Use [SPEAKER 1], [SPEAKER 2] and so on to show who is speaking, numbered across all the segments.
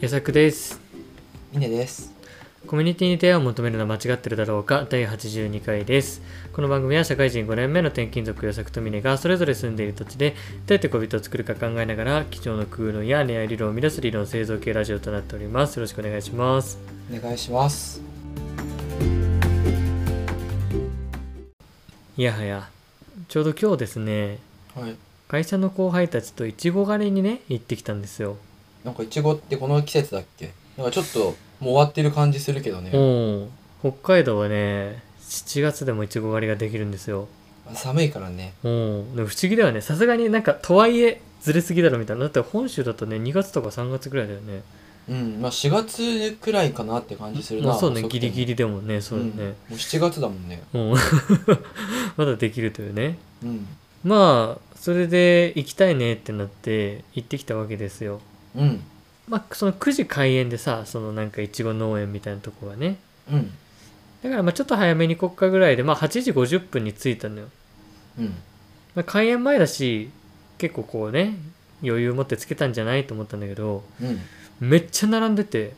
[SPEAKER 1] 矢作です
[SPEAKER 2] ミネです。
[SPEAKER 1] コミュニティに出会いを求めるのは間違ってるだろうか第82回ですこの番組は社会人5年目の転勤族矢作と峰がそれぞれ住んでいる土地でどうやって恋人を作るか考えながら基調の空論や恋愛理論を生み出す理論製造系ラジオとなっておりますよろしくお願いします
[SPEAKER 2] お願いします。
[SPEAKER 1] いやはやちょうど今日ですね
[SPEAKER 2] はい。
[SPEAKER 1] 会社の後輩たちといちご狩りにね行ってきたんですよ、
[SPEAKER 2] なんかイチゴってこの季節だっけ？なんかちょっともう終わってる感じするけどね。
[SPEAKER 1] うん北海道はね7月でもいちご狩りができるんですよ
[SPEAKER 2] 寒いからね。
[SPEAKER 1] うん、でも不思議だよねさすがになんかとはいえずれすぎだろみたいなだって本州だとね2月とか3月ぐらいだよね
[SPEAKER 2] うん。まあ4月くらいかなって感じする
[SPEAKER 1] ま
[SPEAKER 2] な。
[SPEAKER 1] あそうね
[SPEAKER 2] 遅くて
[SPEAKER 1] ギ
[SPEAKER 2] も
[SPEAKER 1] リギリでもねそうだ
[SPEAKER 2] んも
[SPEAKER 1] ね、
[SPEAKER 2] う7月だもんね。
[SPEAKER 1] うん、 まだできるというね
[SPEAKER 2] うん。
[SPEAKER 1] まあそれで行きたいねってなって行ってきたわけですよ
[SPEAKER 2] うん。
[SPEAKER 1] まあその9時開園でさそのなんかいちご農園みたいなとこがね
[SPEAKER 2] うん。
[SPEAKER 1] だからまあちょっと早めに国家ぐらいでまあ8時50分に着いたのよ、
[SPEAKER 2] うん。
[SPEAKER 1] まあ、開園前だし結構こうね余裕持ってつけたんじゃないと思ったんだけど
[SPEAKER 2] うん。
[SPEAKER 1] めっちゃ並んでて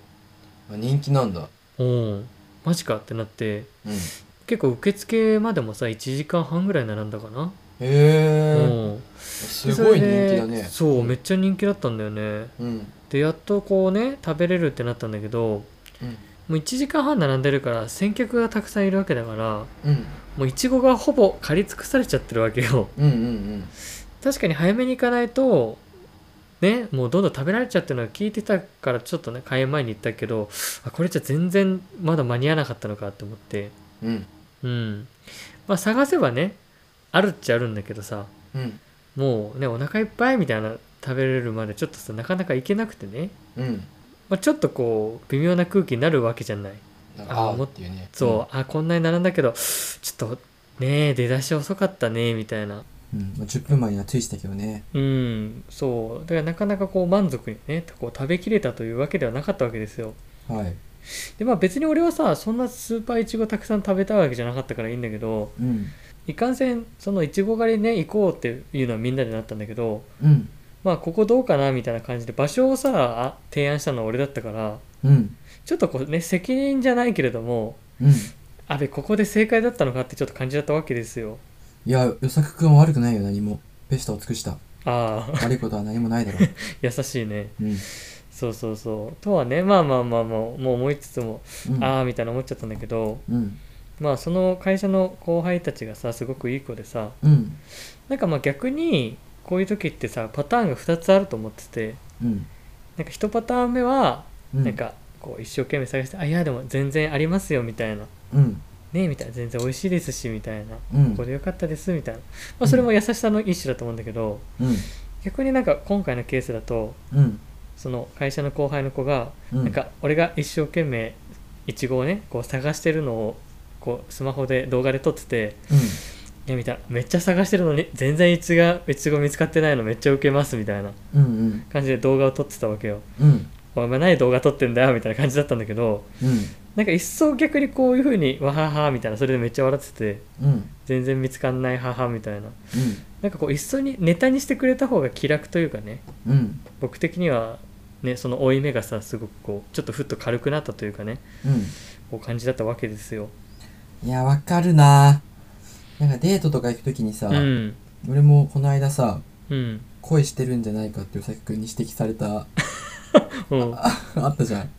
[SPEAKER 2] まあ人気なんだ。
[SPEAKER 1] うんマジかってなって
[SPEAKER 2] うん。へ
[SPEAKER 1] 結構受付までもさ1時間半ぐらい並んだかな、
[SPEAKER 2] え。
[SPEAKER 1] うん
[SPEAKER 2] すご
[SPEAKER 1] でそ
[SPEAKER 2] い人気だ
[SPEAKER 1] れで
[SPEAKER 2] ね。
[SPEAKER 1] そうめっちゃ人気だったんだよね
[SPEAKER 2] うん。
[SPEAKER 1] でやっとこうね食べれるってなったんだけど
[SPEAKER 2] うん。
[SPEAKER 1] もう1時間半並んでるから先客がたくさんいるわけだから
[SPEAKER 2] うん。
[SPEAKER 1] もういちごがほぼ刈り尽くされちゃってるわけよ
[SPEAKER 2] うんうん
[SPEAKER 1] 確かに早めに行かないとねもうどんどん食べられちゃってるのが聞いてたからちょっとね開園前に行ったけどあこれじゃ全然まだ間に合わなかったのかって思って
[SPEAKER 2] うん。
[SPEAKER 1] う
[SPEAKER 2] うん。
[SPEAKER 1] んまあ探せばねあるっちゃあるんだけどさ
[SPEAKER 2] うん。
[SPEAKER 1] もうねお腹いっぱいみたいな食べれるまでちょっとさなかなか行けなくてね、
[SPEAKER 2] うん。
[SPEAKER 1] まあ、ちょっとこう微妙な空気になるわけじゃない
[SPEAKER 2] なん
[SPEAKER 1] あ
[SPEAKER 2] かあーっていうね。
[SPEAKER 1] そう、あこんなに並んだけどちょっとねえ出だし遅かったねみたいな
[SPEAKER 2] うん。うん。まあ10分前にはついてたけどね。
[SPEAKER 1] うんそうだからなかなかこう満足にねこう食べきれたというわけではなかったわけですよ
[SPEAKER 2] はい。
[SPEAKER 1] でまあ別に俺はさそんなスーパーいちごたくさん食べたいわけじゃなかったからいいんだけど
[SPEAKER 2] うん。
[SPEAKER 1] いかんせんそのいちご狩りね行こうっていうのはみんなでなったんだけど
[SPEAKER 2] うん。
[SPEAKER 1] まあここどうかなみたいな感じで場所をさあ提案したのは俺だったから
[SPEAKER 2] うん。
[SPEAKER 1] ちょっとこうね責任じゃないけれども
[SPEAKER 2] うん。
[SPEAKER 1] あべここで正解だったのかってちょっと感じだったわけですよ
[SPEAKER 2] いや、よさくくんは悪くないよ、何も。ベストを尽くした。
[SPEAKER 1] ああ
[SPEAKER 2] 悪いことは何もないだろ
[SPEAKER 1] 優しいね
[SPEAKER 2] う。うん。
[SPEAKER 1] そうそうそうとはねまあまあまあまあもう思いつつも、
[SPEAKER 2] うん。
[SPEAKER 1] ああみたいな思っちゃったんだけど
[SPEAKER 2] うん。
[SPEAKER 1] まあその会社の後輩たちがさすごくいい子でさ
[SPEAKER 2] うん。
[SPEAKER 1] なんかまあ逆にこういう時ってさパターンが2つあると思ってて
[SPEAKER 2] うん。
[SPEAKER 1] なんか1パターン目は
[SPEAKER 2] うん。
[SPEAKER 1] なん。かこう一生懸命探して「あいやでも全然ありますよ」みたいな
[SPEAKER 2] うん。
[SPEAKER 1] 「ねえ」みたいな「全然美味しいですし」みたいな「
[SPEAKER 2] うん。
[SPEAKER 1] ここでよかったです」みたいな、まあ、それも優しさの一種だと思うんだけど
[SPEAKER 2] うん。
[SPEAKER 1] 逆になんか今回のケースだと
[SPEAKER 2] うん。
[SPEAKER 1] その会社の後輩の子が
[SPEAKER 2] うん。
[SPEAKER 1] なんか俺が一生懸命いちごをねこう探してるのをこうスマホで動画で撮ってて
[SPEAKER 2] う
[SPEAKER 1] 「
[SPEAKER 2] ん。
[SPEAKER 1] いや」みたいな「めっちゃ探してるのに全然いちがいちご見つかってないのめっちゃウケます」みたいな
[SPEAKER 2] うん。うん。
[SPEAKER 1] 感じで動画を撮ってたわけよ。
[SPEAKER 2] うん。
[SPEAKER 1] お前何動画撮ってんだよみたいな感じだったんだけど
[SPEAKER 2] うん。
[SPEAKER 1] なんか一層逆にこういう風にわははみたいなそれでめっちゃ笑ってて
[SPEAKER 2] うん。
[SPEAKER 1] 全然見つかんないははみたいななんかこう一層にネタにしてくれた方が気楽というかね
[SPEAKER 2] うん。
[SPEAKER 1] 僕的にはねその負い目がさすごくこうちょっとふっと軽くなったというかね
[SPEAKER 2] うん。
[SPEAKER 1] こう感じだったわけですよ
[SPEAKER 2] いや、わかるななんかデートとか行くときにさ、
[SPEAKER 1] うん
[SPEAKER 2] 俺もこの間さ、
[SPEAKER 1] うん
[SPEAKER 2] 恋してるんじゃないかってよさくくんに指摘された、
[SPEAKER 1] うんま
[SPEAKER 2] あったじゃん。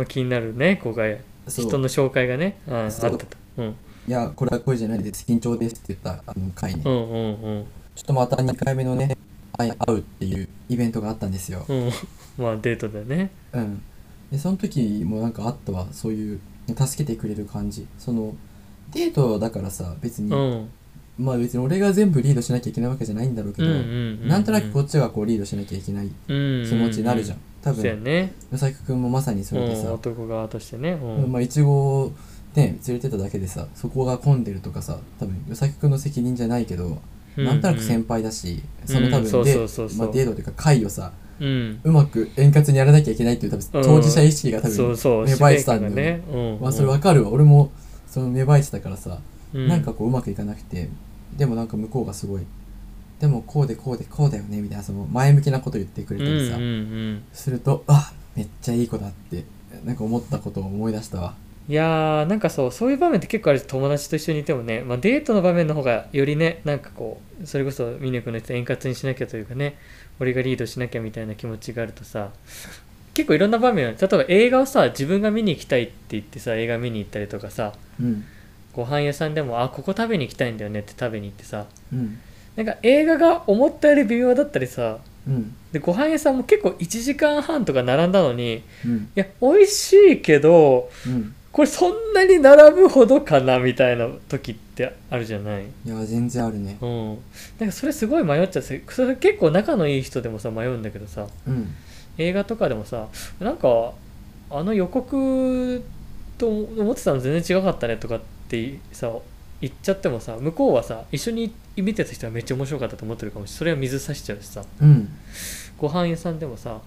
[SPEAKER 1] あ気になるね子が
[SPEAKER 2] そう。
[SPEAKER 1] 人の紹介がねああった
[SPEAKER 2] そう
[SPEAKER 1] と、うん、
[SPEAKER 2] いや、これは恋じゃないです。緊張ですって言った、あの、回ね。
[SPEAKER 1] うんうんうん
[SPEAKER 2] ちょっとまた2回目のね、会うっていうイベントがあったんですよ。
[SPEAKER 1] うん まあデートだよね
[SPEAKER 2] うん。で、その時もなんかあったわ、そういう、助けてくれる感じ。その、デートだからさ、別に、
[SPEAKER 1] うん
[SPEAKER 2] まあ別に俺が全部リードしなきゃいけないわけじゃないんだろうけ
[SPEAKER 1] うんう
[SPEAKER 2] ど、
[SPEAKER 1] んうん
[SPEAKER 2] なんとなくこっちがこうリードしなきゃいけない
[SPEAKER 1] うんうんうん
[SPEAKER 2] 気持ちになるじゃん。多
[SPEAKER 1] そうや
[SPEAKER 2] 分、
[SPEAKER 1] ね
[SPEAKER 2] うさきくんもまさにそれで
[SPEAKER 1] うん
[SPEAKER 2] さ、
[SPEAKER 1] 男側としてね、うん
[SPEAKER 2] まあいちごをね、連れてただけでさ、そこが混んでるとかさ、多分、うさきくんの責任じゃないけど、なんとなく先輩だし、その多
[SPEAKER 1] うんそう
[SPEAKER 2] 分
[SPEAKER 1] そ
[SPEAKER 2] で
[SPEAKER 1] うそうそう
[SPEAKER 2] まあデートというか会をさ、
[SPEAKER 1] うん、うん
[SPEAKER 2] うまく円滑にやらなきゃいけないっていう多分当事者意識が多
[SPEAKER 1] そう
[SPEAKER 2] 分、
[SPEAKER 1] そう
[SPEAKER 2] 芽生えてたんだよね
[SPEAKER 1] 使命感がねうん
[SPEAKER 2] まあそれわかるわ俺もその芽生えてたからさ、
[SPEAKER 1] うん
[SPEAKER 2] なんかこううまくいかなくてでもなんか向こうがすごいでもこうでこうでこうだよねみたいなその前向きなこと言ってくれ
[SPEAKER 1] うん
[SPEAKER 2] た
[SPEAKER 1] うん
[SPEAKER 2] りさ、
[SPEAKER 1] うん
[SPEAKER 2] するとあめっちゃいい子だってなんか思ったことを思い出したわ
[SPEAKER 1] いやーなんかそうそういう場面って結構あるし友達と一緒にいてもね、まあ、デートの場面の方がよりねなんかこうそれこそミネ君の言ってた円滑にしなきゃというかね俺がリードしなきゃみたいな気持ちがあるとさ結構いろんな場面ある例えば映画をさ自分が見に行きたいって言ってさ映画見に行ったりとかさ
[SPEAKER 2] うん
[SPEAKER 1] ご飯屋さんでもあここ食べに行きたいんだよねって食べに行ってさ
[SPEAKER 2] うん
[SPEAKER 1] なんか映画が思ったより微妙だったりさ
[SPEAKER 2] うん
[SPEAKER 1] でご飯屋さんも結構1時間半とか並んだのにい
[SPEAKER 2] うん
[SPEAKER 1] や美味しいけど
[SPEAKER 2] うん
[SPEAKER 1] これそんなに並ぶほどかなみたいな時ってあるじゃない
[SPEAKER 2] いや全然あるね
[SPEAKER 1] うんなんかそれすごい迷っちゃうそれ結構仲のいい人でもさ迷うんだけどさ
[SPEAKER 2] うん
[SPEAKER 1] 映画とかでもさなんかあの予告と思ってたの全然違かったねとかってさ言っちゃってもさ向こうはさ一緒に見てた人はめっちゃ面白かったと思ってるかもしれないそれは水差しちゃうしさ
[SPEAKER 2] うん
[SPEAKER 1] ご飯屋さんでもさ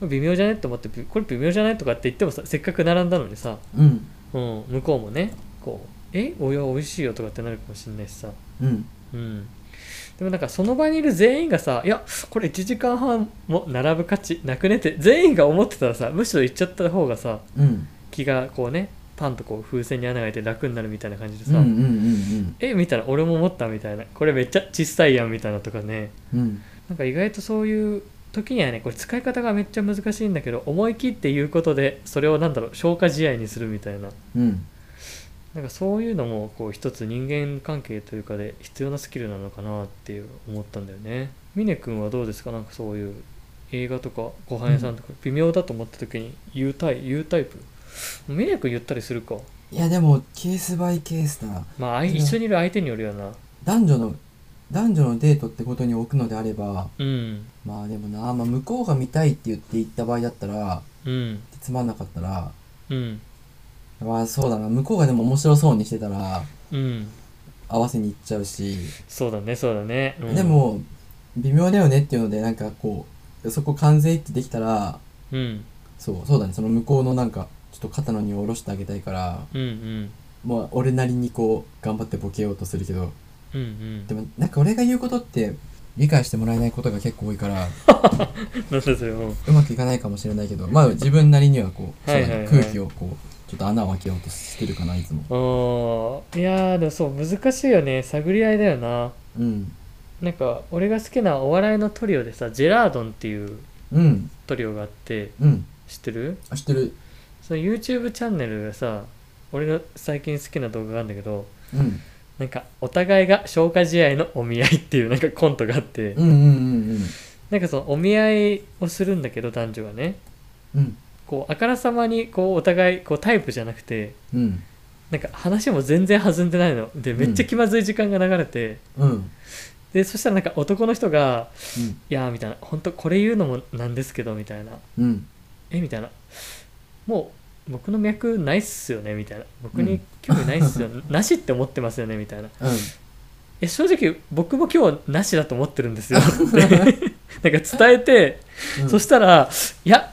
[SPEAKER 1] これ微妙じゃねって思ってびこれ微妙じゃないとかって言ってもさせっかく並んだのにさ、
[SPEAKER 2] うん
[SPEAKER 1] うん、向こうもねこうえおや美味しいよとかってなるかもしれないしさ
[SPEAKER 2] うん
[SPEAKER 1] うんでもなんかその場にいる全員がさいやこれ1時間半も並ぶ価値なくねって全員が思ってたらさむしろ行っちゃった方がさ
[SPEAKER 2] うん
[SPEAKER 1] 気がこうねパンとこう風船に穴が開いて楽になるみたいな感じで
[SPEAKER 2] うん
[SPEAKER 1] さ、
[SPEAKER 2] うんうん
[SPEAKER 1] えみたいな俺も思ったみたいなこれめっちゃ小さいやんみたいなとかね
[SPEAKER 2] うんうん
[SPEAKER 1] なんか意外とそういう時にはねこれ使い方がめっちゃ難しいんだけど思い切っていうことでそれをなんだろう消化試合にするみたいな
[SPEAKER 2] うん
[SPEAKER 1] なんかそういうのもこう一つ人間関係というかで必要なスキルなのかなっていう思ったんだよね峰君はどうですかなんかそういう映画とかご飯屋さんとか微妙だと思った時に言うタイ言うタイプ峰君言ったりするか
[SPEAKER 2] いやでもケースバイケースだな
[SPEAKER 1] まああい
[SPEAKER 2] うん
[SPEAKER 1] 一緒にいる相手によるよな
[SPEAKER 2] 男女の男女のデートってことに置くのであれば
[SPEAKER 1] うん
[SPEAKER 2] まあでもな、まあ、向こうが見たいって言って行った場合だったら
[SPEAKER 1] うん
[SPEAKER 2] つまんなかったら
[SPEAKER 1] うん
[SPEAKER 2] まあそうだな向こうがでも面白そうにしてたら
[SPEAKER 1] うん
[SPEAKER 2] 合わせに行っちゃうし、
[SPEAKER 1] そうだねそうだね、うん、
[SPEAKER 2] でも微妙だよねっていうのでなんかこうそこ完全一致できたら
[SPEAKER 1] うん
[SPEAKER 2] そうそうだねその向こうのなんかちょっと肩の荷を下ろしてあげたいから
[SPEAKER 1] うんうん
[SPEAKER 2] まあ俺なりにこう頑張ってボケようとするけど
[SPEAKER 1] うんうん
[SPEAKER 2] でもなんか俺が言うことって理解してもらえないことが結構多いから
[SPEAKER 1] なんだそれも
[SPEAKER 2] うまくいかないかもしれないけどまあ自分なりにはこうそう
[SPEAKER 1] は
[SPEAKER 2] だ
[SPEAKER 1] いは
[SPEAKER 2] ね
[SPEAKER 1] いはい
[SPEAKER 2] 空気をこうちょっと穴を開けようとしてるかないつも
[SPEAKER 1] あーいやーでもそう難しいよね探り合いだよな
[SPEAKER 2] うん
[SPEAKER 1] なんか俺が好きなお笑いのトリオでさジェラードンっていう
[SPEAKER 2] うん
[SPEAKER 1] トリオがあって
[SPEAKER 2] うん
[SPEAKER 1] 知ってる
[SPEAKER 2] あ知ってる
[SPEAKER 1] その YouTube チャンネルがさ俺の最近好きな動画があるんだけど
[SPEAKER 2] うん
[SPEAKER 1] なんかお互いが消化試合のお見合いっていうなんかコントがあって
[SPEAKER 2] うんうんうんうん
[SPEAKER 1] なんかそのお見合いをするんだけど男女がね
[SPEAKER 2] うん
[SPEAKER 1] こうあからさまにこうお互いこうタイプじゃなくて
[SPEAKER 2] うん
[SPEAKER 1] なんか話も全然弾んでないのでめっちゃ気まずい時間が流れて、
[SPEAKER 2] うんうん
[SPEAKER 1] でそしたらなんか男の人が「いやー」みたいな「本当これ言うのもなんですけど」みたいな
[SPEAKER 2] うん
[SPEAKER 1] えみたいなもう僕の脈ないっすよねみたいな僕に興味ないっすよ、なしって思ってますよねみたいな
[SPEAKER 2] うん
[SPEAKER 1] え正直僕も今日なしだと思ってるん ですよってなんか伝えて、そしてたらいや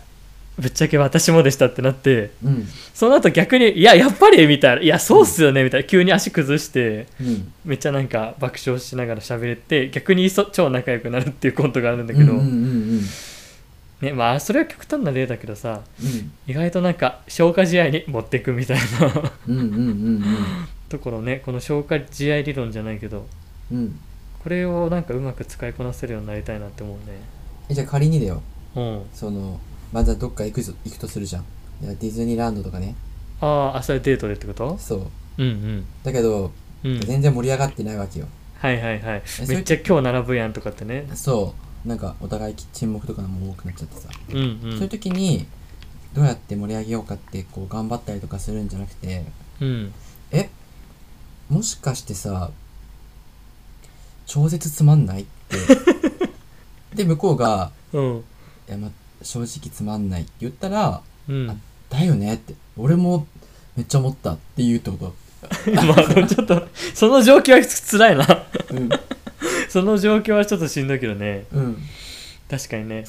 [SPEAKER 1] ぶっちゃけ私もでしたってなって
[SPEAKER 2] うん
[SPEAKER 1] その後逆にいややっぱりみたいないやそうっすよねみたいな急に足崩して
[SPEAKER 2] うん
[SPEAKER 1] めっちゃなんか爆笑しながら喋れて逆にいっそ超仲良くなるっていうコントがあるんだけど、
[SPEAKER 2] うんうん
[SPEAKER 1] ねまあそれは極端な例だけどさ
[SPEAKER 2] うん
[SPEAKER 1] 意外となんか消化試合に持っていくみたいな
[SPEAKER 2] うんうんうん
[SPEAKER 1] ところね この消化試合理論じゃないけど
[SPEAKER 2] うんうん
[SPEAKER 1] これをなんかうまく使いこなせるようになりたいなって思うね
[SPEAKER 2] えじゃあ仮にだよ
[SPEAKER 1] うん
[SPEAKER 2] そのまずはどっか行くぞ行くとするじゃんいやディズニーランドとかね
[SPEAKER 1] あーあそれデートでってこと
[SPEAKER 2] そ
[SPEAKER 1] う
[SPEAKER 2] う
[SPEAKER 1] ん
[SPEAKER 2] だけど
[SPEAKER 1] うんうん
[SPEAKER 2] 全然盛り上がってないわけよ
[SPEAKER 1] はいはいはい
[SPEAKER 2] それ
[SPEAKER 1] めっちゃ今日並ぶやんとかってね
[SPEAKER 2] そうなんかお互い沈黙とかも多くなっちゃってさ
[SPEAKER 1] うんう
[SPEAKER 2] そういうん時にどうやって盛り上げようかってこう頑張ったりとかするんじゃなくて
[SPEAKER 1] うん
[SPEAKER 2] えもしかしてさ超絶つまんないって で向こうが
[SPEAKER 1] うん
[SPEAKER 2] 「いやま正直つまんない」って言ったら
[SPEAKER 1] うん、
[SPEAKER 2] あ「だよね」って「俺もめっちゃ思った」って言うってこと、
[SPEAKER 1] まあでもちょっとその状況はつらいな
[SPEAKER 2] うん
[SPEAKER 1] その状況はちょっとしんどいけどね
[SPEAKER 2] うん
[SPEAKER 1] 確かにね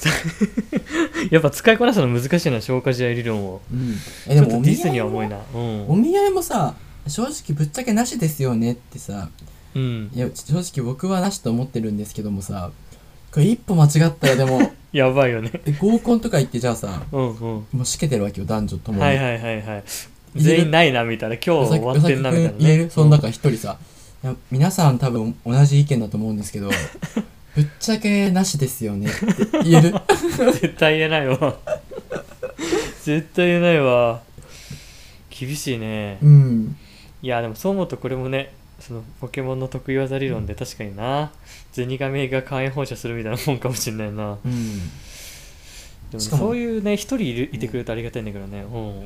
[SPEAKER 1] やっぱ使いこなすの難しいな消化試合理論を
[SPEAKER 2] うんえ
[SPEAKER 1] ち
[SPEAKER 2] で
[SPEAKER 1] ょっ
[SPEAKER 2] も
[SPEAKER 1] と
[SPEAKER 2] お
[SPEAKER 1] ディ
[SPEAKER 2] 見
[SPEAKER 1] ス
[SPEAKER 2] 合
[SPEAKER 1] に
[SPEAKER 2] い
[SPEAKER 1] は重い
[SPEAKER 2] も
[SPEAKER 1] なうん
[SPEAKER 2] お見合いもさ正直ぶっちゃけなしですよねってさ
[SPEAKER 1] うん
[SPEAKER 2] いや正直僕はなしと思ってるんですけどもさこれ一歩間違ったらでも
[SPEAKER 1] やばいよね
[SPEAKER 2] え合コンとか行ってじゃあさ
[SPEAKER 1] うんうん
[SPEAKER 2] もうしけてるわけよ男女ともに、
[SPEAKER 1] はいはいはいはい全員ないなみたいな今日終わってんなみたいな、ね、
[SPEAKER 2] 言えるその中一人さ、いや皆さん多分同じ意見だと思うんです けどぶっちゃけなしですよねって言 える
[SPEAKER 1] 絶対言えない わ絶対言えないわ厳しいね
[SPEAKER 2] うん
[SPEAKER 1] いやでもそう思うとこれもねそのポケモンの得意技理論で確かになゼニガメが火炎放射するみたいなもんかもしれないな
[SPEAKER 2] うん
[SPEAKER 1] でも
[SPEAKER 2] しかも
[SPEAKER 1] そういうね一人いるいてくれるとありがたいんだけどね、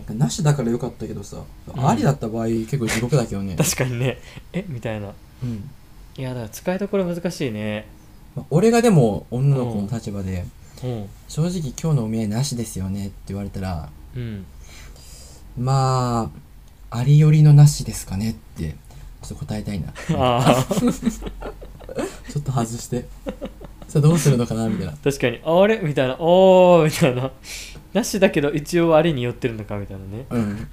[SPEAKER 1] うん、
[SPEAKER 2] なしだからよかったけどさ、
[SPEAKER 1] ん
[SPEAKER 2] ありだった場合結構地獄だけどね、
[SPEAKER 1] 確かにねえみたいな
[SPEAKER 2] うん
[SPEAKER 1] いやだから使いどころ難しいね
[SPEAKER 2] まあ俺がでも女の子の立場で、
[SPEAKER 1] うん
[SPEAKER 2] 正直今日のお見合いなしですよねって言われたら
[SPEAKER 1] うん
[SPEAKER 2] まあありよりのなしですかねってちょっと答えたいな
[SPEAKER 1] ああ
[SPEAKER 2] ちょっと外してさあどうするのかなみたいな
[SPEAKER 1] 確かにあれみたいなおーみたいな なしだけど一応あれに寄ってるのかみたいなね
[SPEAKER 2] うん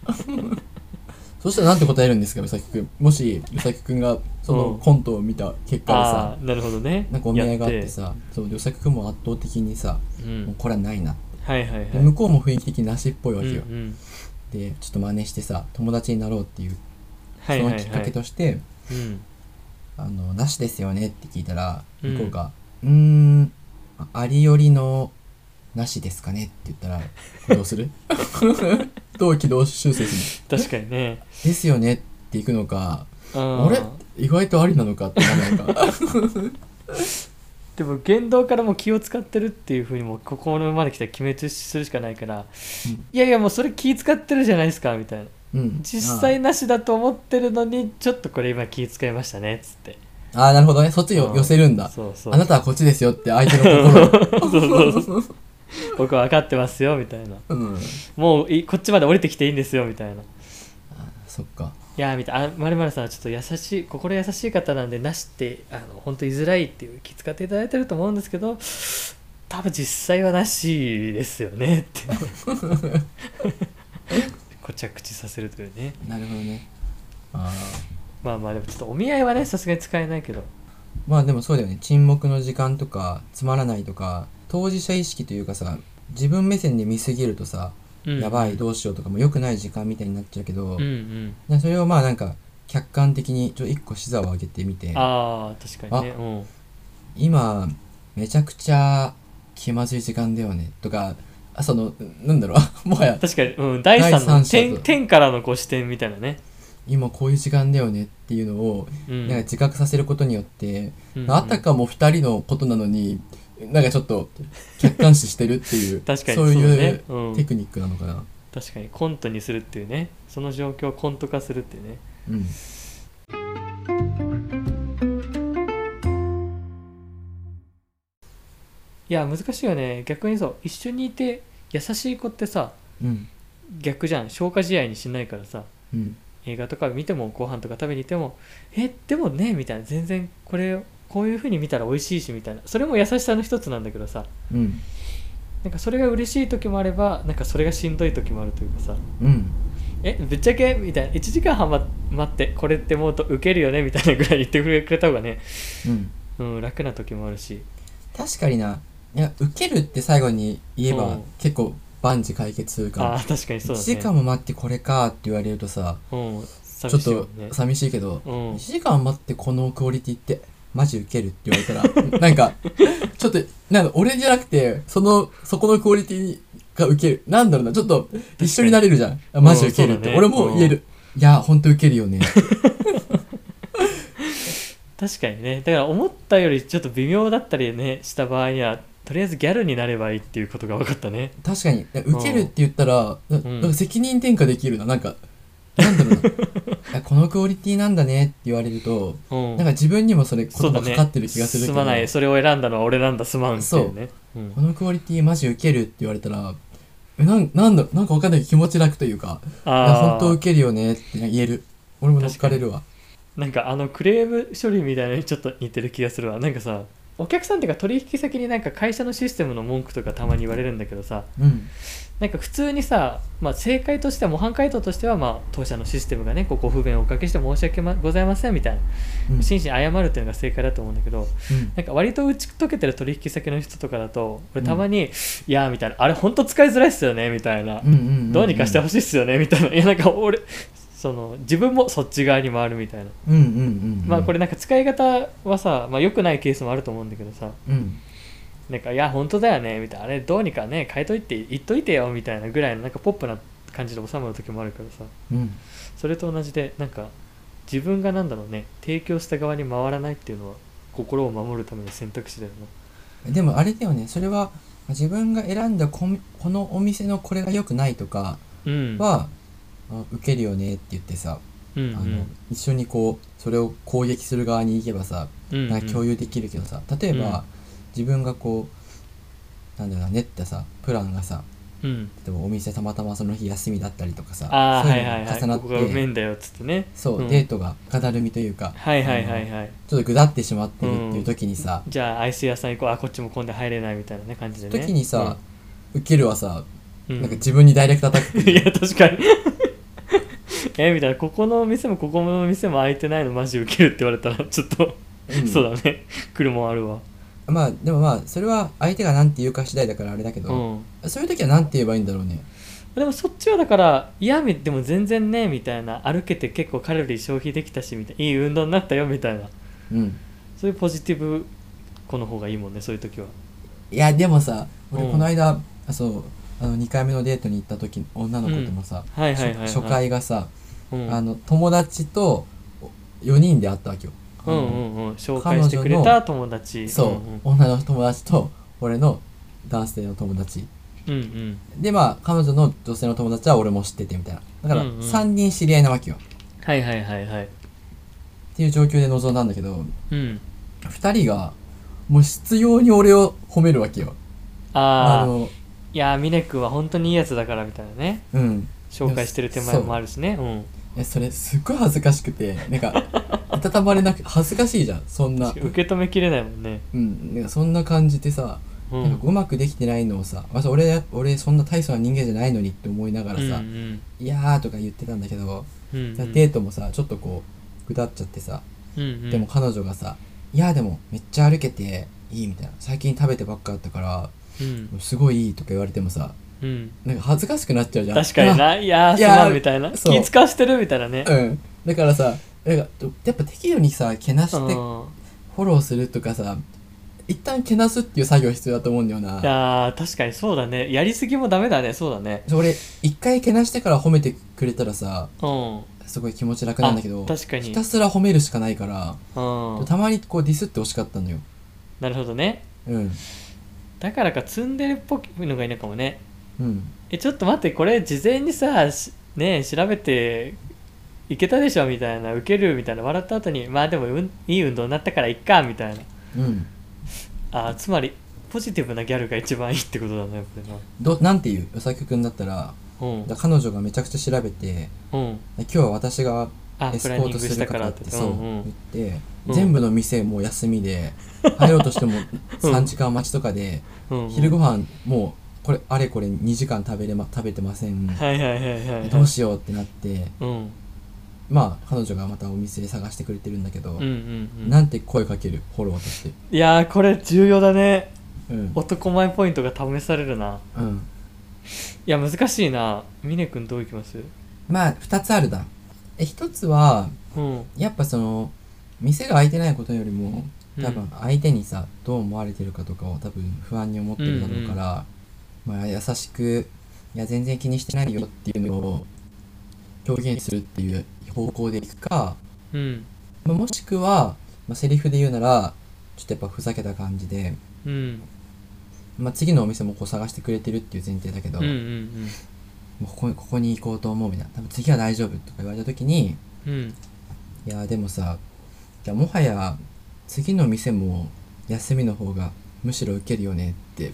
[SPEAKER 2] そしたらなんて答えるんですかうさきくんもしうさきくんがその
[SPEAKER 1] うん
[SPEAKER 2] コントを見た結果で
[SPEAKER 1] あ
[SPEAKER 2] さ、
[SPEAKER 1] あーなるほどね
[SPEAKER 2] なんかお見合いがあって
[SPEAKER 1] や
[SPEAKER 2] さそうでうさきくんも圧倒的にさ、
[SPEAKER 1] てう
[SPEAKER 2] もうんこれはないな、
[SPEAKER 1] はいはいはい
[SPEAKER 2] で向こうも雰囲気的になしっぽいわ
[SPEAKER 1] うん
[SPEAKER 2] けよ、
[SPEAKER 1] うん
[SPEAKER 2] でちょっと真似してさ友達になろうっていうそ
[SPEAKER 1] はいは
[SPEAKER 2] の
[SPEAKER 1] い
[SPEAKER 2] きっか
[SPEAKER 1] は
[SPEAKER 2] け
[SPEAKER 1] い
[SPEAKER 2] として、
[SPEAKER 1] うん
[SPEAKER 2] あの、なしですよねって聞いたら、
[SPEAKER 1] うん
[SPEAKER 2] 向こうが、うーん、あありよりの、なしですかねって言ったら、どうする どう軌道修正す
[SPEAKER 1] 確かにね
[SPEAKER 2] るですよねっていくのか、
[SPEAKER 1] あ
[SPEAKER 2] あれ意外とありなのかってなるのか。
[SPEAKER 1] でも言動からもう気を使ってるっていうふうにもうここまで来たら決めつするしかないから、
[SPEAKER 2] うん
[SPEAKER 1] いやいやもうそれ気使ってるじゃないですかみたいな
[SPEAKER 2] うん。
[SPEAKER 1] 実
[SPEAKER 2] あ
[SPEAKER 1] 際なしだと思ってるのにちょっとこれ今気使いましたねっつって
[SPEAKER 2] ああ、なるほどね。そっちよ
[SPEAKER 1] うん
[SPEAKER 2] 寄せるんだ。
[SPEAKER 1] そうそう
[SPEAKER 2] あ なたはこっちですよって相手の心を。
[SPEAKER 1] 僕分かってますよみたいな
[SPEAKER 2] うん。
[SPEAKER 1] もういこっちまで降りてきていいんですよみたいない
[SPEAKER 2] そっか。
[SPEAKER 1] やーみたいなあまるまるさんはちょっと優しい心優しい方なんでなしってあの本当言いづらいっていう気使っていただいてると思うんですけど多分実際はなしですよねって こちゃ口させるというね
[SPEAKER 2] なるほどね。ああ。
[SPEAKER 1] まあまあでもちょっとお見合いはねさすがに使えないけど
[SPEAKER 2] まあでもそうだよね沈黙の時間とかつまらないとか当事者意識というかさ自分目線で見すぎるとさ、
[SPEAKER 1] うん
[SPEAKER 2] やばいどうしようとかも良くない時間みたいになっちゃうけど、
[SPEAKER 1] うんうん
[SPEAKER 2] なそれをまあなんか客観的にちょっと一個視座を上げてみて
[SPEAKER 1] あー確かにねうん
[SPEAKER 2] 今めちゃくちゃ気まずい時間だよねとかあそのなんだろう もはや
[SPEAKER 1] 確かに、うん、第三の
[SPEAKER 2] 第三者と
[SPEAKER 1] 天天からのこう視点みたいなね、
[SPEAKER 2] 今こういう時間だよねっていうのを
[SPEAKER 1] うん
[SPEAKER 2] なんか自覚させることによって、
[SPEAKER 1] うん
[SPEAKER 2] あたかも二人のことなのになんかちょっと客観視してるってい う
[SPEAKER 1] 確かに
[SPEAKER 2] そ
[SPEAKER 1] そうう
[SPEAKER 2] いう
[SPEAKER 1] ね、うん
[SPEAKER 2] テクニックなのかな。
[SPEAKER 1] 確かにコントにするっていうねその状況をコント化するっていうね
[SPEAKER 2] うん。
[SPEAKER 1] いや難しいよね逆にそう一緒にいて優しい子ってさ
[SPEAKER 2] うん。
[SPEAKER 1] 逆じゃん消化試合にしないからさ
[SPEAKER 2] うん。
[SPEAKER 1] 映画とか見てもご飯とか食べに行っても「えでもね」みたいな全然これこういう風に見たら美味しいしみたいなそれも優しさの一つなんだけどさ
[SPEAKER 2] うん。
[SPEAKER 1] なんかそれが嬉しい時もあればなんかそれがしんどい時もあるというかさ
[SPEAKER 2] うん。
[SPEAKER 1] えぶっちゃけみたいな1時間半ま待ってこれって思うとウケるよねみたいなぐらい言ってくれた方がね、
[SPEAKER 2] うん。
[SPEAKER 1] うん、楽な時もあるし
[SPEAKER 2] 確かにな、いや、受けるって最後に言え
[SPEAKER 1] う
[SPEAKER 2] ば
[SPEAKER 1] ん、
[SPEAKER 2] 結構万事解決する
[SPEAKER 1] ああ
[SPEAKER 2] か
[SPEAKER 1] ー確かに
[SPEAKER 2] ら。
[SPEAKER 1] そうだ
[SPEAKER 2] 1
[SPEAKER 1] ね
[SPEAKER 2] 時間も待ってこれかって言われるとさ、
[SPEAKER 1] うん
[SPEAKER 2] ちょ
[SPEAKER 1] 寂
[SPEAKER 2] っ
[SPEAKER 1] しいも
[SPEAKER 2] と
[SPEAKER 1] んね
[SPEAKER 2] 寂しいけど、
[SPEAKER 1] うん
[SPEAKER 2] 1時間待ってこのクオリティって、マジ受けるって言われたら、 なんか、ちょっと、なんか俺じゃなくて、その、そこのクオリティが受ける。なんだろうな、ちょっと、一緒になれるじゃん。あマジ受けるって。
[SPEAKER 1] うんそうだ
[SPEAKER 2] 俺
[SPEAKER 1] ね
[SPEAKER 2] も言える。いや、ほんと受けるよね。
[SPEAKER 1] 確かにねだから思ったよりちょっと微妙だったりねした場合にはとりあえずギャルになればいいっていうことが分かったね
[SPEAKER 2] 確かにで受けるって言ったら、ななんか責任転嫁できるななんかなんだろうない やこのクオリティなんだねって言われると
[SPEAKER 1] うん
[SPEAKER 2] なんか自分にもそれ言
[SPEAKER 1] そう
[SPEAKER 2] 葉
[SPEAKER 1] だ
[SPEAKER 2] か
[SPEAKER 1] ね
[SPEAKER 2] かってる気がするけ
[SPEAKER 1] す
[SPEAKER 2] ど、
[SPEAKER 1] まないそれを選んだのは俺なんだすまんっていうねうん
[SPEAKER 2] このクオリティマジ受けるって言われたらえなんなんだなんかわかんないけど気持ち楽というかいや
[SPEAKER 1] あ
[SPEAKER 2] 本当
[SPEAKER 1] あ
[SPEAKER 2] 受けるよねって言える俺も乗っかれるわ
[SPEAKER 1] なんかあのクレーム処理みたいなのにちょっと似てる気がするわなんかさお客さんっていうか取引先になんか会社のシステムの文句とかたまに言われるんだけどさ
[SPEAKER 2] うん。
[SPEAKER 1] なんか普通にさ、まあ、正解としては模範解答としては、まあ、当社のシステムがねこうご不便をおかけして申し訳まございませんみたいな、
[SPEAKER 2] うん。
[SPEAKER 1] 真摯に謝るっていうのが正解だと思うんだけど
[SPEAKER 2] うん
[SPEAKER 1] なんか割と打ち解けてる取引先の人とかだと
[SPEAKER 2] う
[SPEAKER 1] 俺
[SPEAKER 2] ん
[SPEAKER 1] たまに「いや」みたいな「あれ本当使いづらいっすよね」みたいな、
[SPEAKER 2] うんうんうん。
[SPEAKER 1] どうにかしてほしいっすよね」みたいな「いやなんか俺その自分もそっち側に回る」みたいな、
[SPEAKER 2] うんうんうんうん。
[SPEAKER 1] まあこれなんか使い方はさ、まあ、良くないケースもあると思うんだけどさ
[SPEAKER 2] うん。
[SPEAKER 1] なんか「いや本当だよね」みたいな「あれどうにかね変えといて言っといてよ」みたいなぐらいのなんかポップな感じで収まる時もあるからさ
[SPEAKER 2] うん。
[SPEAKER 1] それと同じでなんか自分がなんだろうね提供した側に回らないっていうのは心を守るための選択肢だよな
[SPEAKER 2] でもあれだよね、それは自分が選んだここのお店のこれが良くないとか
[SPEAKER 1] うん
[SPEAKER 2] は、あ受けるよねって言ってさ、
[SPEAKER 1] うんうん
[SPEAKER 2] あの一緒にこうそれを攻撃する側に行けばさ、
[SPEAKER 1] うん
[SPEAKER 2] なんか共有できるけどさ例えば、
[SPEAKER 1] うん
[SPEAKER 2] 自分がこうなんだろうな練ったさプランがさ
[SPEAKER 1] うん、
[SPEAKER 2] 例えばお店たまたまその日休みだったりとかさ
[SPEAKER 1] ああ
[SPEAKER 2] そう
[SPEAKER 1] はいいう
[SPEAKER 2] の
[SPEAKER 1] はいはい
[SPEAKER 2] が重な
[SPEAKER 1] こ
[SPEAKER 2] って
[SPEAKER 1] こがうめえんだよっつってね
[SPEAKER 2] そう、
[SPEAKER 1] ん
[SPEAKER 2] デートが語るみというか
[SPEAKER 1] はいはいはいはい
[SPEAKER 2] ちょっとぐだってしまってるっていう時にさ、
[SPEAKER 1] じゃあアイス屋さん行こうあこっちも混んで入れないみたいなね感じでね
[SPEAKER 2] 時にさ、受けるはさ、
[SPEAKER 1] うんうん
[SPEAKER 2] なんか自分にダイレクトアタック
[SPEAKER 1] いや確かにえみたいなここの店もここの店も空いてないのマジウケるって言われたらちょっと、
[SPEAKER 2] うん
[SPEAKER 1] そうだね来るもんあるわ
[SPEAKER 2] まあでもまあそれは相手が何て言うか次第だからあれだけ
[SPEAKER 1] う
[SPEAKER 2] ど、
[SPEAKER 1] ん
[SPEAKER 2] そういう時は何て言えばいいんだろうね
[SPEAKER 1] でもそっちはだから嫌みでも全然ねみたいな歩けて結構カロリー消費できたしみたいないい運動になったよみたいな
[SPEAKER 2] うん
[SPEAKER 1] そういうポジティブ子の方がいいもんねそういう時はい
[SPEAKER 2] やでもさ俺
[SPEAKER 1] うん
[SPEAKER 2] この間、あそうあの2回目のデートに行った時女の子ともさ、
[SPEAKER 1] はいはいはい、はい、
[SPEAKER 2] 初初回がさ、
[SPEAKER 1] うん、
[SPEAKER 2] あの友達と4人で会ったわけよ、
[SPEAKER 1] うんうんうん紹介してくれた友達
[SPEAKER 2] そう、
[SPEAKER 1] うん
[SPEAKER 2] 女の友達と俺の男性の友達
[SPEAKER 1] うんうん
[SPEAKER 2] でまあ彼女の女性の友達は俺も知っててみたいなだから
[SPEAKER 1] うんうん
[SPEAKER 2] 3人知り合いなわけよ、
[SPEAKER 1] はいはいはいはい
[SPEAKER 2] っていう状況で臨んだんだけど
[SPEAKER 1] うん
[SPEAKER 2] 2人がもう執拗に俺を褒めるわけよ
[SPEAKER 1] あ
[SPEAKER 2] あ
[SPEAKER 1] あ
[SPEAKER 2] の
[SPEAKER 1] いやー峰君は本当にいいやつだからみたいなね
[SPEAKER 2] うん
[SPEAKER 1] 紹介してる手前もあるしねうん
[SPEAKER 2] えそれすっごい恥ずかしくてなんかいたたまれなく恥ずかしいじゃんそんな
[SPEAKER 1] 受け止めきれないもんね
[SPEAKER 2] うんなんかそんな感じでさ、
[SPEAKER 1] う
[SPEAKER 2] なんか
[SPEAKER 1] ん
[SPEAKER 2] こううまくできてないのをさ、まあ、俺俺そんな大層な人間じゃないのにって思いながら
[SPEAKER 1] うんう
[SPEAKER 2] さ「
[SPEAKER 1] ん
[SPEAKER 2] いやー」とか言ってたんだけど、
[SPEAKER 1] うん
[SPEAKER 2] さデートもさちょっとこうぐだっちゃってさ、
[SPEAKER 1] うんうん
[SPEAKER 2] でも彼女がさ「いやーでもめっちゃ歩けていい」みたいな「最近食べてばっかだったから
[SPEAKER 1] うん
[SPEAKER 2] すごいいい」とか言われてもさ
[SPEAKER 1] うん
[SPEAKER 2] なんか恥ずかしくなっちゃうじゃん
[SPEAKER 1] 確かにないやー
[SPEAKER 2] い
[SPEAKER 1] す
[SPEAKER 2] やー
[SPEAKER 1] まんみたいな
[SPEAKER 2] そう
[SPEAKER 1] 気使わしてるみたいなね
[SPEAKER 2] うんだからさなんかやっぱ適度にさけなし
[SPEAKER 1] う
[SPEAKER 2] て
[SPEAKER 1] ん
[SPEAKER 2] フォローするとかさ一旦けなすっていう作業必要だと思うんだよ
[SPEAKER 1] い
[SPEAKER 2] な
[SPEAKER 1] やー確かにそうだねやりすぎもダメだねそうだね
[SPEAKER 2] 俺一回けなしてから褒めてくれたらさ
[SPEAKER 1] うん
[SPEAKER 2] すごい気持ち楽なんだけど
[SPEAKER 1] あ確かに
[SPEAKER 2] ひたすら褒めるしかないから、
[SPEAKER 1] うん
[SPEAKER 2] たまにこうディスってほしかったのよ
[SPEAKER 1] なるほどね
[SPEAKER 2] うん
[SPEAKER 1] だからかツンデレっぽいのがいいのかもね
[SPEAKER 2] うん
[SPEAKER 1] えちょっと待ってこれ事前にさしねえ調べていけたでしょみたいな受けるみたいな笑った後にまあでもうんいい運動になったからいっかみたいな
[SPEAKER 2] うん
[SPEAKER 1] あーつまりポジティブなギャルが一番いいってことだねやっぱ
[SPEAKER 2] どなんていうよさきくんだったら
[SPEAKER 1] りな
[SPEAKER 2] だ彼女がめちゃくちゃ調べて
[SPEAKER 1] うんうん
[SPEAKER 2] 今日は私が
[SPEAKER 1] あ
[SPEAKER 2] エ
[SPEAKER 1] プ
[SPEAKER 2] ス
[SPEAKER 1] ラン
[SPEAKER 2] コ
[SPEAKER 1] ニ
[SPEAKER 2] ー
[SPEAKER 1] ング
[SPEAKER 2] トす
[SPEAKER 1] した
[SPEAKER 2] るか
[SPEAKER 1] から
[SPEAKER 2] ら
[SPEAKER 1] っ
[SPEAKER 2] ってて
[SPEAKER 1] う
[SPEAKER 2] そう、
[SPEAKER 1] んうん
[SPEAKER 2] 言って、
[SPEAKER 1] うん
[SPEAKER 2] 全部の店もう休みで入ろうとしても
[SPEAKER 1] うん
[SPEAKER 2] 3時間待ちとかで、
[SPEAKER 1] うんうん
[SPEAKER 2] 昼ご飯もうこれあれこれ2時間食べれ、ま、食べてません、
[SPEAKER 1] はいはいはいはいはい
[SPEAKER 2] どうしようってなって
[SPEAKER 1] うん
[SPEAKER 2] まあ彼女がまたお店探してくれてるんだけど、
[SPEAKER 1] うんうんうん
[SPEAKER 2] なんて声かけるフォローとして
[SPEAKER 1] いやーこれ重要だね
[SPEAKER 2] うん、
[SPEAKER 1] 男前ポイントが試されるな
[SPEAKER 2] うん、
[SPEAKER 1] いや難しいな峰君どういきます
[SPEAKER 2] まあ2つあるだえ1つは
[SPEAKER 1] うん
[SPEAKER 2] やっぱその店が開いてないことよりも
[SPEAKER 1] うん
[SPEAKER 2] 多分相手にさどう思われてるかとかを多分不安に思ってるだろうから、まあ、優しく「いや全然気にしてないよ」っていうのを表現するっていう方向でいくか、
[SPEAKER 1] うん
[SPEAKER 2] まあ、もしくは、まあ、セリフで言うならちょっとやっぱふざけた感じで、
[SPEAKER 1] うん
[SPEAKER 2] まあ、次のお店もこう探してくれてるっていう前提だけど、
[SPEAKER 1] うんうん
[SPEAKER 2] もうここここに行こうと思うみたいな多分次は大丈夫とか言われた時に
[SPEAKER 1] うんうん
[SPEAKER 2] いやでもさいやもはや次の店も休みの方がむしろ受けるよねって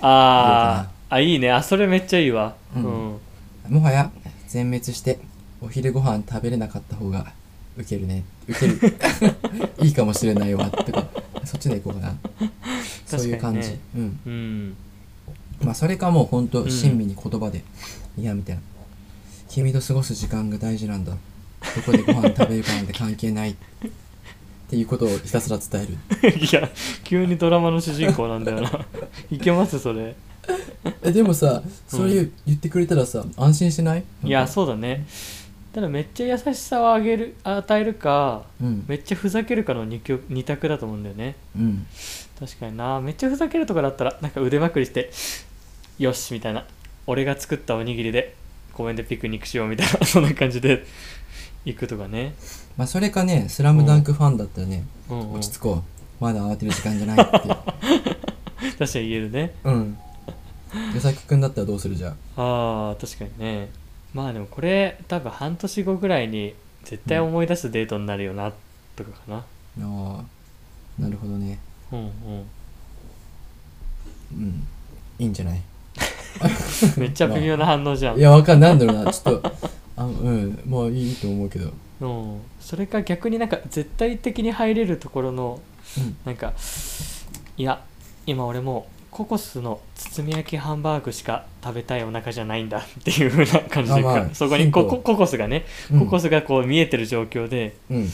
[SPEAKER 1] あーあいいねあそれめっちゃいいわう、
[SPEAKER 2] うんんもはや全滅してお昼ご飯 食べれなかった方が受けるね受けるいいかもしれないわとかそっちで行こうかなそういう感じ、
[SPEAKER 1] 確
[SPEAKER 2] うん
[SPEAKER 1] うん
[SPEAKER 2] まあそれかもうほん
[SPEAKER 1] う
[SPEAKER 2] と
[SPEAKER 1] ん
[SPEAKER 2] 親身に言葉で「いや」みたいな「君と過ごす時間が大事なんだどこでご飯食べるかなんて関係ない」っていうことをひたすら伝え る
[SPEAKER 1] いや急にドラマの主人公なんだよ ないけますそれ
[SPEAKER 2] えでもさそういう言ってくれたらさ安心しない
[SPEAKER 1] いやそうだねただめっちゃ優しさをあげる与えるか
[SPEAKER 2] うん
[SPEAKER 1] めっちゃふざけるかの 2, 曲二択だと思うんだよね
[SPEAKER 2] うん
[SPEAKER 1] 確かになめっちゃふざけるとかだったらなんか腕まくりして「よし」みたいな「俺が作ったおにぎりで公園でピクニックしよう」みたいなそんな感じで行くとかね、
[SPEAKER 2] まあそれかね「スラムダンクファンだったらね
[SPEAKER 1] うんうん、
[SPEAKER 2] 落ち
[SPEAKER 1] 確
[SPEAKER 2] 着こうまだ慌てる時間じゃないっていう
[SPEAKER 1] かに言えるね
[SPEAKER 2] うん与作君だったらどうするじゃあ
[SPEAKER 1] あー確かにねまあでもこれ多分半年後ぐらいに絶対思い出すデートになるよな、とかかな
[SPEAKER 2] ああなるほどね
[SPEAKER 1] うんうん
[SPEAKER 2] うんいいんじゃない
[SPEAKER 1] めっちゃ微妙な反応じゃん、
[SPEAKER 2] いやわかんないなんだろうなちょっとあうんまあいいと思うけど
[SPEAKER 1] うん、それか逆になんか絶対的に入れるところの
[SPEAKER 2] うん
[SPEAKER 1] なんかいや今俺もうココスの包み焼きハンバーグしか食べたいお腹じゃないんだっていうふうな感じで
[SPEAKER 2] あまあ
[SPEAKER 1] そこに
[SPEAKER 2] ヒント
[SPEAKER 1] コ
[SPEAKER 2] を
[SPEAKER 1] コココスがね、
[SPEAKER 2] うん
[SPEAKER 1] ココスがこう見えてる状況で
[SPEAKER 2] うん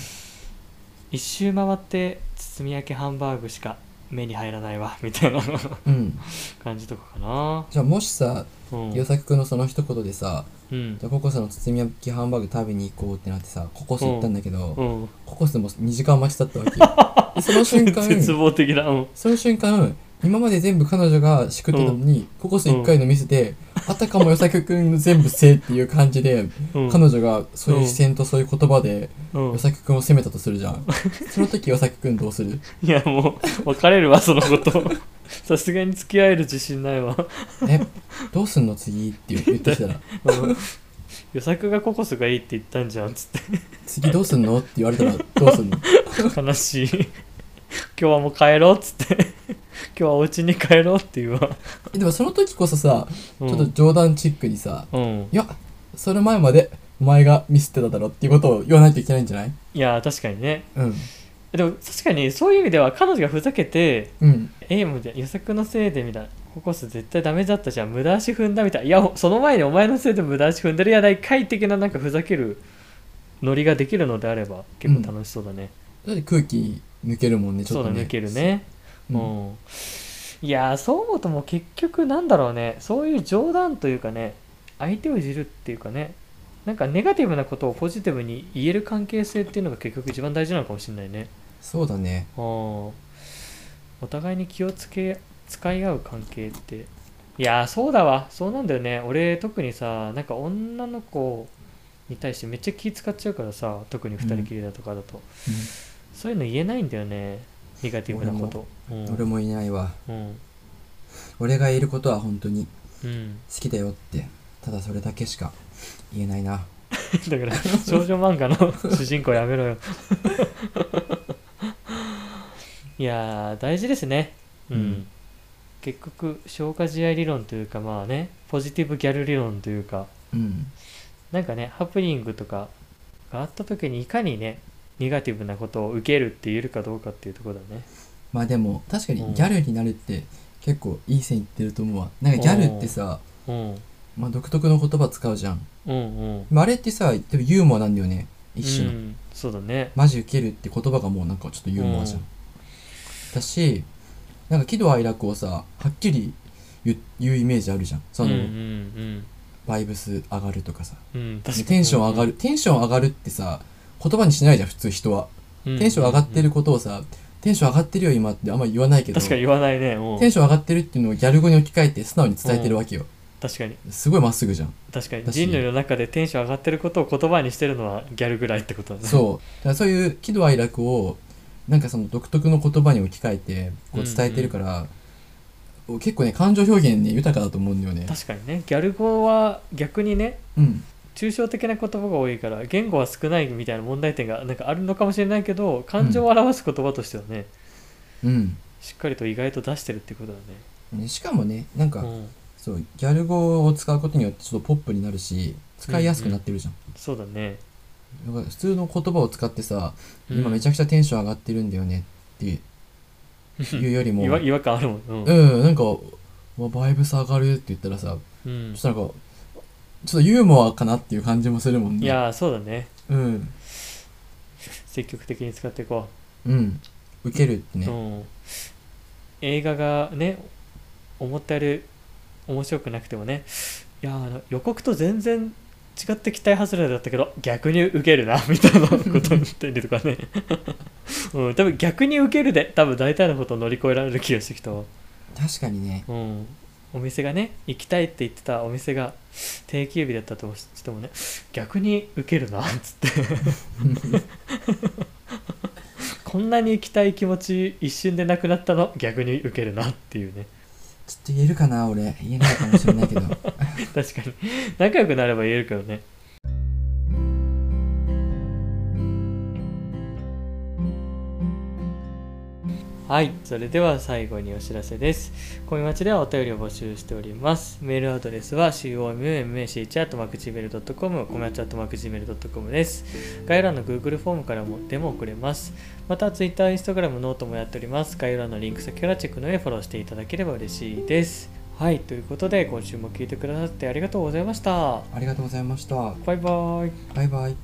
[SPEAKER 1] 一周回って包み焼きハンバーグしか目に入らないわみ たいな
[SPEAKER 2] うん
[SPEAKER 1] 感じとかかな
[SPEAKER 2] じゃあもしさ
[SPEAKER 1] うん、
[SPEAKER 2] 与作君のその一言でさ
[SPEAKER 1] うん
[SPEAKER 2] じゃあココスの包み焼きハンバーグ食べに行こうってなってさココス行ったんだけど、
[SPEAKER 1] うん、
[SPEAKER 2] ココスも2時間待ちだったわけよ でその瞬間
[SPEAKER 1] 絶望的な、うん、
[SPEAKER 2] その瞬間今まで全部彼女がしくってたのに、ココス1回のミスで、あたかも与作君の全部せいっていう感じで、
[SPEAKER 1] うん
[SPEAKER 2] 彼女がそういう視線とそういう言葉で
[SPEAKER 1] うん
[SPEAKER 2] 与、作君を責めたとするじゃんその時与作君どうする
[SPEAKER 1] いやもう別れるわそのことさすがに付き合える自信ないわ
[SPEAKER 2] えどうすんの次って言って きたら
[SPEAKER 1] 予作がココスがいいって言ったんじゃんつっ
[SPEAKER 2] 次どうすんのって言われたらどうすんの
[SPEAKER 1] て悲しい今日はもう帰ろうっつって今日はお家に帰ろうって言うわ、
[SPEAKER 2] えでもその時こそさ
[SPEAKER 1] うん、
[SPEAKER 2] ちょっと冗談チックにさ、
[SPEAKER 1] うん
[SPEAKER 2] いやその前までお前がミスってただろっていうことを言わないといけないんじゃない
[SPEAKER 1] いや確かにね
[SPEAKER 2] うん
[SPEAKER 1] でも確かにそういう意味では彼女がふざけて
[SPEAKER 2] うん
[SPEAKER 1] 「ええもうじゃ予作のせいで」みたいな「ココス絶対ダメだったじゃん無駄足踏んだ」みたいな「いやその前にお前のせいで無駄足踏んでるやないかい」的ななんかふざけるノリができるのであれば結構楽しそうだね、
[SPEAKER 2] だって空気抜けるもんねち
[SPEAKER 1] そ
[SPEAKER 2] ょ
[SPEAKER 1] う
[SPEAKER 2] っと
[SPEAKER 1] だ
[SPEAKER 2] ね
[SPEAKER 1] 抜けるねう
[SPEAKER 2] う
[SPEAKER 1] んん、いやーそう思うともう結局なんだろうねそういう冗談というかね相手をいじるっていうかねなんかネガティブなことをポジティブに言える関係性っていうのが結局一番大事なのかもしれないね
[SPEAKER 2] そうだね
[SPEAKER 1] うんお互いに気をつけ使い合う関係っていやーそうだわそうなんだよね俺特にさなんか女の子に対してめっちゃ気使っちゃうからさ特に2人きりだとかだと、そういうの言えないんだよねネガティブなことうん
[SPEAKER 2] 俺もいないわ
[SPEAKER 1] うん
[SPEAKER 2] 俺がいることは本当に
[SPEAKER 1] うん、
[SPEAKER 2] 好きだよってただそれだけしか言えないな
[SPEAKER 1] だから少女漫画の主人公やめろ よいやー大事ですねうん、
[SPEAKER 2] うん
[SPEAKER 1] 結局消化試合理論というかまあねポジティブギャル理論というか
[SPEAKER 2] うん
[SPEAKER 1] なんかねハプニングとかがあった時にいかにねネガティブなことを受けるって言えるかどうかっていうところだね
[SPEAKER 2] まあでも確か
[SPEAKER 1] うん
[SPEAKER 2] にギャルになるって結構いい線いってると思うわなんかギャルってさ、
[SPEAKER 1] うん
[SPEAKER 2] まあ、独特の言葉使うじゃん
[SPEAKER 1] うんうん
[SPEAKER 2] まああれってさでもユーモアなんだよね一種
[SPEAKER 1] う
[SPEAKER 2] の、
[SPEAKER 1] ん、そうだね
[SPEAKER 2] マジウケるって言葉がもうなんかちょっとユーモアじゃん、
[SPEAKER 1] うん
[SPEAKER 2] だしなんか喜怒哀楽をさはっきり言う言うイメージあるじゃんそ
[SPEAKER 1] うん
[SPEAKER 2] の、
[SPEAKER 1] うん
[SPEAKER 2] バイブス上がるとかさ
[SPEAKER 1] うんうん確かに
[SPEAKER 2] テンション上がる、テンション上がるってさ言葉にしないじゃん普通人はテンション上がってることをさ、テンション上がってるよ今ってあんま言わないけど
[SPEAKER 1] 確かに言わないねうん
[SPEAKER 2] テンション上がってるっていうのをギャル語に置き換えて素直に伝えてるわけよ、
[SPEAKER 1] 確かに
[SPEAKER 2] すごいまっすぐじゃん
[SPEAKER 1] 確かに
[SPEAKER 2] だし
[SPEAKER 1] 人類の中でテンション上がってることを言葉にしてるのはギャルぐらいってことだね
[SPEAKER 2] そうだからそういう喜怒哀楽をなんかその独特の言葉に置き換えてこう伝えてるから、結構ね感情表現ね豊かだと思うんだよね
[SPEAKER 1] 確かにねギャル語は逆にね
[SPEAKER 2] うん
[SPEAKER 1] 抽象的な言葉が多いから言語は少ないみたいな問題点がなんかあるのかもしれないけど感情を表す言葉としてはね、
[SPEAKER 2] うん
[SPEAKER 1] しっかりと意外と出してるってことだね
[SPEAKER 2] ねしかもねなんか、
[SPEAKER 1] うん
[SPEAKER 2] そうギャル語を使うことによってちょっとポップになるし使いやすくなってるじゃん、
[SPEAKER 1] そうだね
[SPEAKER 2] だから普通の言葉を使ってさ、今めち
[SPEAKER 1] ゃ
[SPEAKER 2] ゃくちゃテンション上がってるんだよねって言うよ りも
[SPEAKER 1] 違和違和感あるもん。うん。
[SPEAKER 2] うんなんか、まあ、バイブス上がるって言ったらさ
[SPEAKER 1] うん
[SPEAKER 2] ちょっとなんかちょっとユーモアかなっていう感じもするもんね
[SPEAKER 1] いやーそうだね。
[SPEAKER 2] うん
[SPEAKER 1] 積極的に使っていこ
[SPEAKER 2] うん受けるって
[SPEAKER 1] う。
[SPEAKER 2] ね
[SPEAKER 1] うん。映画がね、思ったより面白くなくてもね、いやーあの予告と全然違って期待外れだったけど、逆に受けるな、 みたいなことにったりとかね。 うん、多分逆に受けるで、多分大体のことを乗り越えられる気がしてきたわ。
[SPEAKER 2] 確かにね
[SPEAKER 1] うん、お店がね行きたいって言ってたお店が定休日だったとしてもね逆にウケるなっつってこんなに行きたい気持ち一瞬でなくなったの逆にウケるなっていうね
[SPEAKER 2] ちょっと言えるかな俺言えないかもしれないけど
[SPEAKER 1] 確かに仲良くなれば言えるけどねはいそれでは最後にお知らせです恋町ではお便りを募集しておりますメールアドレスは comumach.gmail.com コマチ .gmail.com です概要欄の Google フォームからもでも送れますまた Twitter、Instagram、ノートもやっております概要欄のリンク先からチェックの上フォローしていただければ嬉しいですはいということで今週も聞いてくださってありがとうございました
[SPEAKER 2] ありがとうございました
[SPEAKER 1] バイバイ
[SPEAKER 2] バイバイ